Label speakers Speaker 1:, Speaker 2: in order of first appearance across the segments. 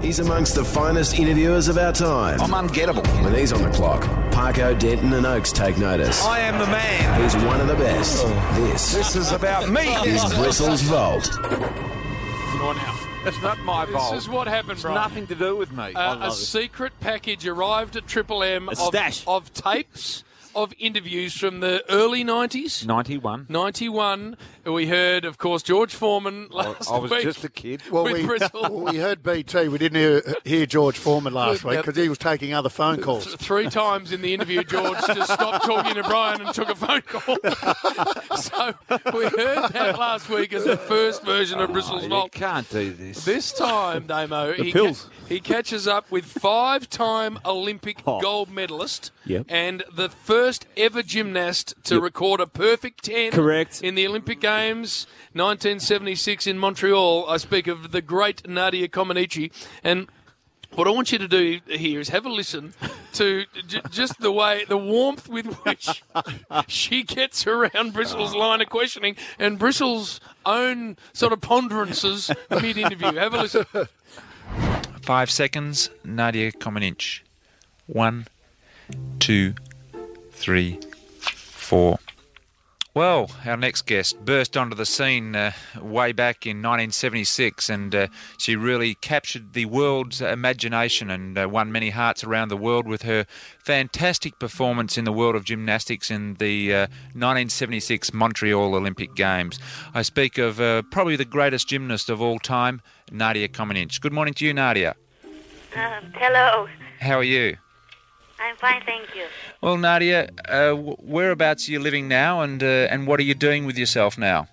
Speaker 1: He's amongst the finest interviewers of our time.
Speaker 2: I'm ungettable.
Speaker 1: When he's on the clock, Parko, Denton, and Oakes take notice.
Speaker 2: I am the man.
Speaker 1: He's one of the best. This
Speaker 2: This is about me.
Speaker 1: is Bristol's Vault.
Speaker 3: You're now.
Speaker 2: It's not my fault.
Speaker 3: This is what happened,
Speaker 2: It's
Speaker 3: Brian.
Speaker 2: nothing to do with me.
Speaker 3: Uh, a secret package arrived at Triple M
Speaker 4: A
Speaker 3: of,
Speaker 4: stash.
Speaker 3: of tapes of interviews from the early 90s.
Speaker 2: 91.
Speaker 3: 91, we heard, of course, George Foreman last
Speaker 2: I was
Speaker 3: week.
Speaker 2: just a kid.
Speaker 5: Well,
Speaker 3: with
Speaker 5: we,
Speaker 3: Bristol.
Speaker 5: well, we heard BT. We didn't hear, hear George Foreman last week because he was taking other phone calls.
Speaker 3: Three times in the interview, George just stopped talking to Brian and took a phone call. so we heard that last week as the first version of Bristol's
Speaker 2: You
Speaker 3: Vault.
Speaker 2: can't do this.
Speaker 3: This time, Damo, he,
Speaker 4: pills.
Speaker 3: he catches up with five-time Olympic
Speaker 4: Oh.
Speaker 3: gold medalist
Speaker 4: Yep.
Speaker 3: and the first ever gymnast to record a perfect ten.
Speaker 4: Correct.
Speaker 3: in the Olympic Games, 1976 in Montreal. I speak of the great Nadia Comaneci and. What I want you to do here is have a listen to j- just the way, the warmth with which she gets around
Speaker 5: Ah.
Speaker 3: Bristol's line of questioning and Bristol's own sort of ponderances mid interview. Have a listen.
Speaker 6: Five seconds, Nadia Comaneci. One, two, three, four. Well, our next guest burst onto the scene uh, way back in 1976, and uh, she really captured the world's imagination and uh, won many hearts around the world with her fantastic performance in the world of gymnastics in the uh, 1976 Montreal Olympic Games. I speak of uh, probably the greatest gymnast of all time, Nadia Comaneci. Good morning to you, Nadia.
Speaker 7: Um, hello.
Speaker 6: How are you?
Speaker 7: I'm fine, thank you.
Speaker 6: Well, Nadia, uh, wh- whereabouts are you living now, and uh, and what are you doing with yourself now?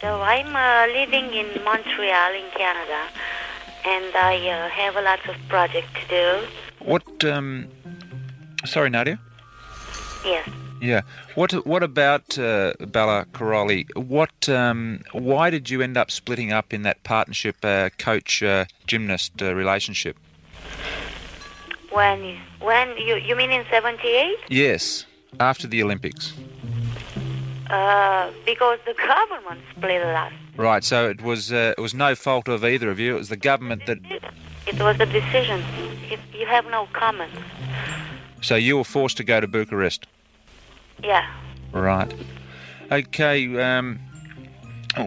Speaker 7: So I'm uh, living in Montreal, in Canada, and I uh, have a lot of projects to do.
Speaker 6: What? Um, sorry, Nadia.
Speaker 7: Yes.
Speaker 6: Yeah. What? What about uh, Bella Caroli? What? Um, why did you end up splitting up in that partnership, uh, coach uh, gymnast uh, relationship?
Speaker 7: When is when you you mean in '78?
Speaker 6: Yes. After the Olympics.
Speaker 7: Uh, because the government split us.
Speaker 6: Right. So it was. Uh, it was no fault of either of you. It was the government that.
Speaker 7: It was a decision. If you have no comment,
Speaker 6: So you were forced to go to Bucharest.
Speaker 7: yeah.
Speaker 6: Right. Okay. Um,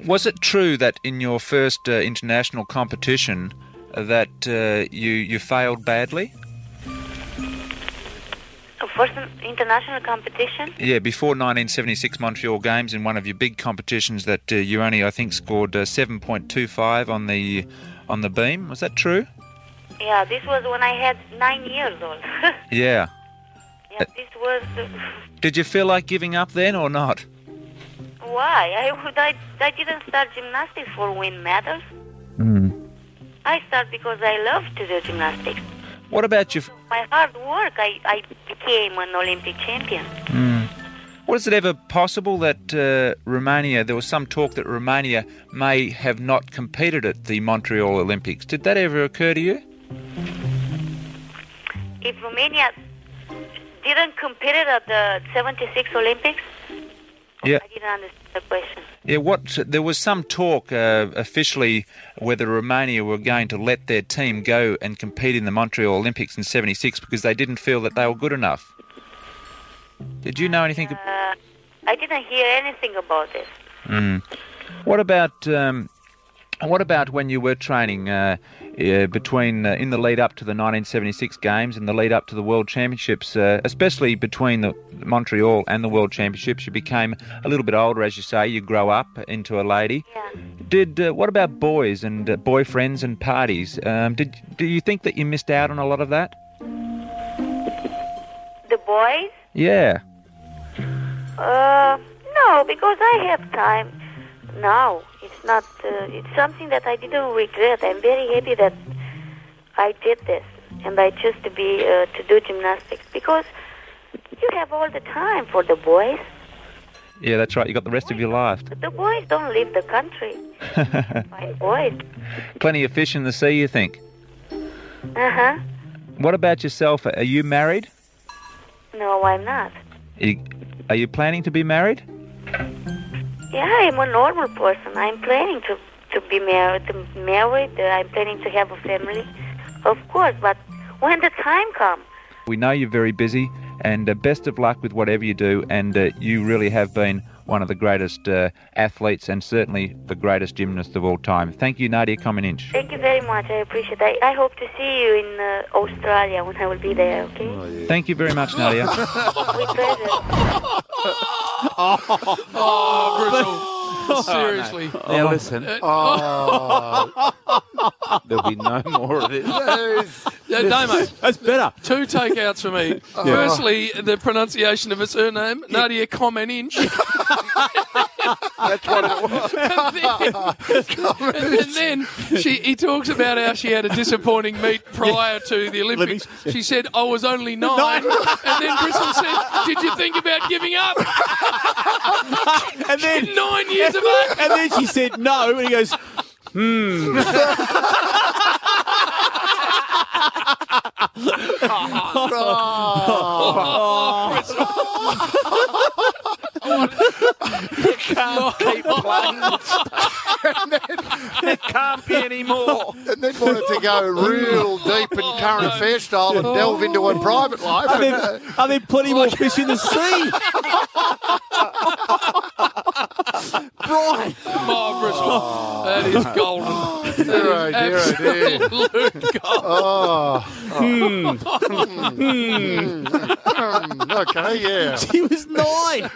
Speaker 6: was it true that in your first uh, international competition uh, that uh, you you failed badly?
Speaker 7: Uh, First in- international competition.
Speaker 6: Yeah, before 1976 Montreal Games, in one of your big competitions, that uh, you only I think scored uh, 7.25 on the on the beam. Was that true?
Speaker 7: Yeah, this was when I had nine years old. yeah,
Speaker 6: Yeah.
Speaker 7: this was.
Speaker 6: Did you feel like giving up then or not?
Speaker 7: Why? I, would, I, I didn't start gymnastics for win medals. I start because I love to do gymnastics.
Speaker 6: What about your?
Speaker 7: My hard work, I, I became an Olympic champion.
Speaker 6: Was it ever possible that uh, Romania? There was some talk that Romania may have not competed at the Montreal Olympics. Did that ever occur to you?
Speaker 7: If Romania didn't compete at the 76 Olympics,
Speaker 6: Yeah.
Speaker 7: I didn't understand the question.
Speaker 6: Yeah, what there was some talk uh, officially whether Romania were going to let their team go and compete in the Montreal Olympics in '76 because they didn't feel that they were good enough. Did you know anything?
Speaker 7: Uh, I didn't hear anything about this.
Speaker 6: What about um, what about when you were training uh, uh, between uh, in the lead up to the 1976 games and the lead up to the World Championships, uh, especially between the Montreal and the World Championships? You became a little bit older, as you say. You grow up into a lady.
Speaker 7: Yeah.
Speaker 6: Did uh, what about boys and uh, boyfriends and parties? Um, did do you think that you missed out on a lot of that?
Speaker 7: The boys?
Speaker 6: Yeah.
Speaker 7: Uh, no, because I have time now. It's not. Uh, it's something that I didn't regret. I'm very happy that I did this, and I chose to be uh, to do gymnastics because you have all the time for the boys.
Speaker 6: Yeah, that's right. You got the rest of your life.
Speaker 7: The boys don't leave the country. Fine boys.
Speaker 6: Plenty of fish in the sea, you think.
Speaker 7: Uh huh.
Speaker 6: What about yourself? Are you married?
Speaker 7: No, I'm not.
Speaker 6: Are you, are you planning to be married?
Speaker 7: Yeah, I'm a normal person. I'm planning to to be married. Married. Uh, I'm planning to have a family. Of course, but when the time comes,
Speaker 6: We know you're very busy, and uh, best of luck with whatever you do. And uh, you really have been one of the greatest uh, athletes and certainly the greatest gymnast of all time. Thank you, Nadia Comaneci.
Speaker 7: thank you very much. I appreciate it. I, I hope to see you in uh, Australia when I will be there, okay?
Speaker 6: Thank you very much, Nadia.
Speaker 7: With pleasure.
Speaker 5: Oh,
Speaker 3: brutal. Ah, Seriously.
Speaker 4: Oh,
Speaker 2: Now listen,
Speaker 4: uh,
Speaker 2: there'll be no more of this.
Speaker 3: Yeah, Damo,
Speaker 4: That's better.
Speaker 3: two takeouts for me. Firstly, the pronunciation of her surname, Nadia Comeninch.
Speaker 5: That's what it was.
Speaker 3: and then, and then she, he talks about how she had a disappointing meet prior to the Olympics. She said, I was only nine. And then Brisson said, Did you think about giving up?
Speaker 4: And then
Speaker 3: Nine years of age.
Speaker 4: and then she said no, and he goes,
Speaker 2: Can't be anymore.
Speaker 5: And then wanted to go real deep in
Speaker 3: Oh,
Speaker 5: current affair style and delve into her private life.
Speaker 4: "Are
Speaker 5: Uh, And,
Speaker 4: there, are there plenty more fish in the sea?" Brian,
Speaker 3: Oh, Brisson. That is golden.
Speaker 5: uh, dear, oh, dear, oh, dear.
Speaker 3: Absolute gold.
Speaker 5: Mm, okay, yeah.
Speaker 4: he was nine.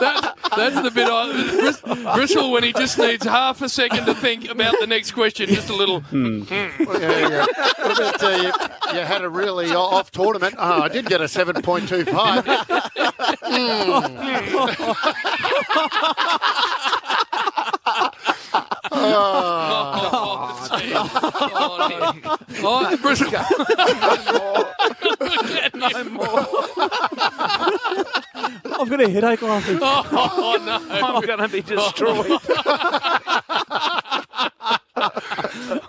Speaker 3: That, that's the bit I. Bris, Bristol, when he just needs half a second to think about the next question, just a little.
Speaker 5: yeah, yeah. What about, uh, you, you had a really off tournament. Oh, I did get a 7.25.
Speaker 3: Oh, dear. oh, dear. oh Bristol. no more.
Speaker 4: I've got a headache laughing.
Speaker 3: Oh, no.
Speaker 2: I'm going to be destroyed.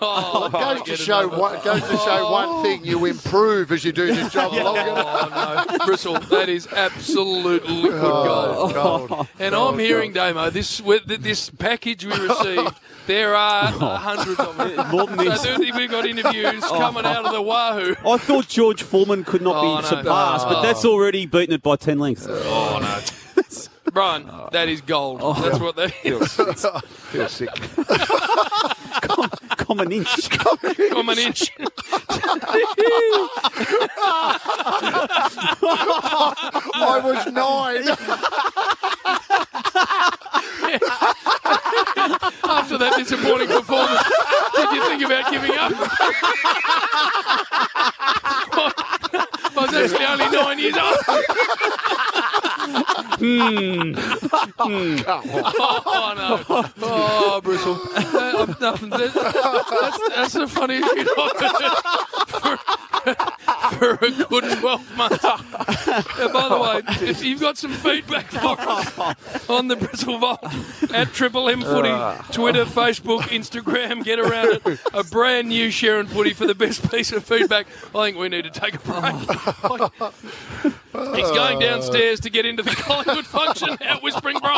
Speaker 3: Oh, I
Speaker 5: Goes to
Speaker 3: get
Speaker 5: show
Speaker 3: another.
Speaker 5: one, goes to show one thing: you improve as you do this job longer.
Speaker 3: Oh, no. Bristol, that is absolute liquid gold.
Speaker 5: God.
Speaker 3: And I'm hearing, Damo, this with th- this package we received, there are uh, hundreds of them.
Speaker 4: Oh. More than this. Oh.
Speaker 3: So we've got interviews coming out of the Wahoo.
Speaker 4: I thought George Foreman could not
Speaker 3: Oh,
Speaker 4: be
Speaker 3: no.
Speaker 4: surpassed, but that's
Speaker 2: Oh.
Speaker 4: already beaten it by ten lengths.
Speaker 3: Brian, that is gold.
Speaker 4: Oh.
Speaker 3: That's what that is.
Speaker 2: Feel sick.
Speaker 4: Common inch.
Speaker 3: I'm an inch.
Speaker 5: I was nine.
Speaker 3: After that disappointing performance, did you think about giving up? I was actually only nine years old. Oh, no. Oh, Bristol. Uh, I'm nothing. That's, that's, that's the funniest shit I've heard for, for a good 12 months. And by the way, if you've got some feedback for us on the Bristol Vault at Triple M Footy,
Speaker 2: Ah.
Speaker 3: Twitter, Facebook, Instagram, get around it. A brand new Sharon Footy for the best piece of feedback. I think we need to take a break. He's going downstairs to get into the Collingwood function at Whispering Brian.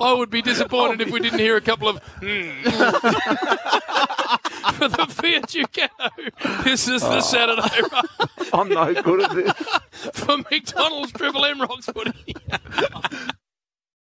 Speaker 3: I would be disappointed if we didn't hear a couple of hmm. for the Fiat Ducato. This is the Saturday run
Speaker 2: I'm no good at this.
Speaker 3: for McDonald's Triple M Rocks footy.